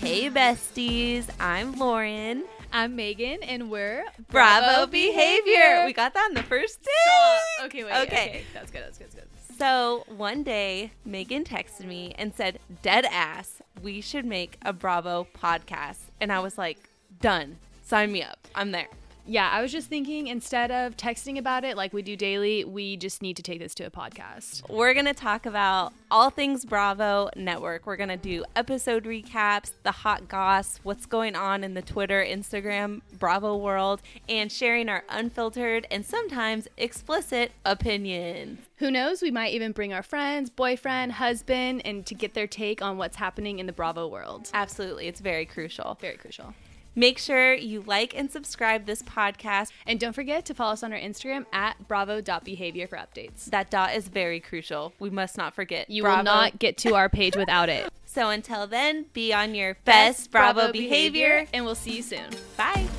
Hey, besties. I'm Lauren. I'm Megan, and we're Bravo, behavior. We got that on the first day. Stop. Okay, wait. Okay. Okay. that's good. That's good. That's good. So one day, Megan texted me and said, Dead ass, we should make a Bravo podcast. And I was like, Done. Sign me up. I'm there. Yeah, I was just thinking instead of texting about it like we do daily, we just need to take this to a podcast. We're going to talk about all things Bravo Network. We're going to do episode recaps, the hot goss, what's going on in the Twitter, Instagram, Bravo world, and sharing our unfiltered and sometimes explicit opinions. Who knows? We might even bring our friends, boyfriend, husband, and to get their take on what's happening in the Bravo world. Absolutely. It's very crucial. Very crucial. Make sure you like and subscribe this podcast. And don't forget to follow us on our Instagram at bravo.behavior for updates. That dot is very crucial. We must not forget. You Bravo. will not get to our page without it. So until then, be on your best Bravo, behavior. and we'll see you soon. Bye.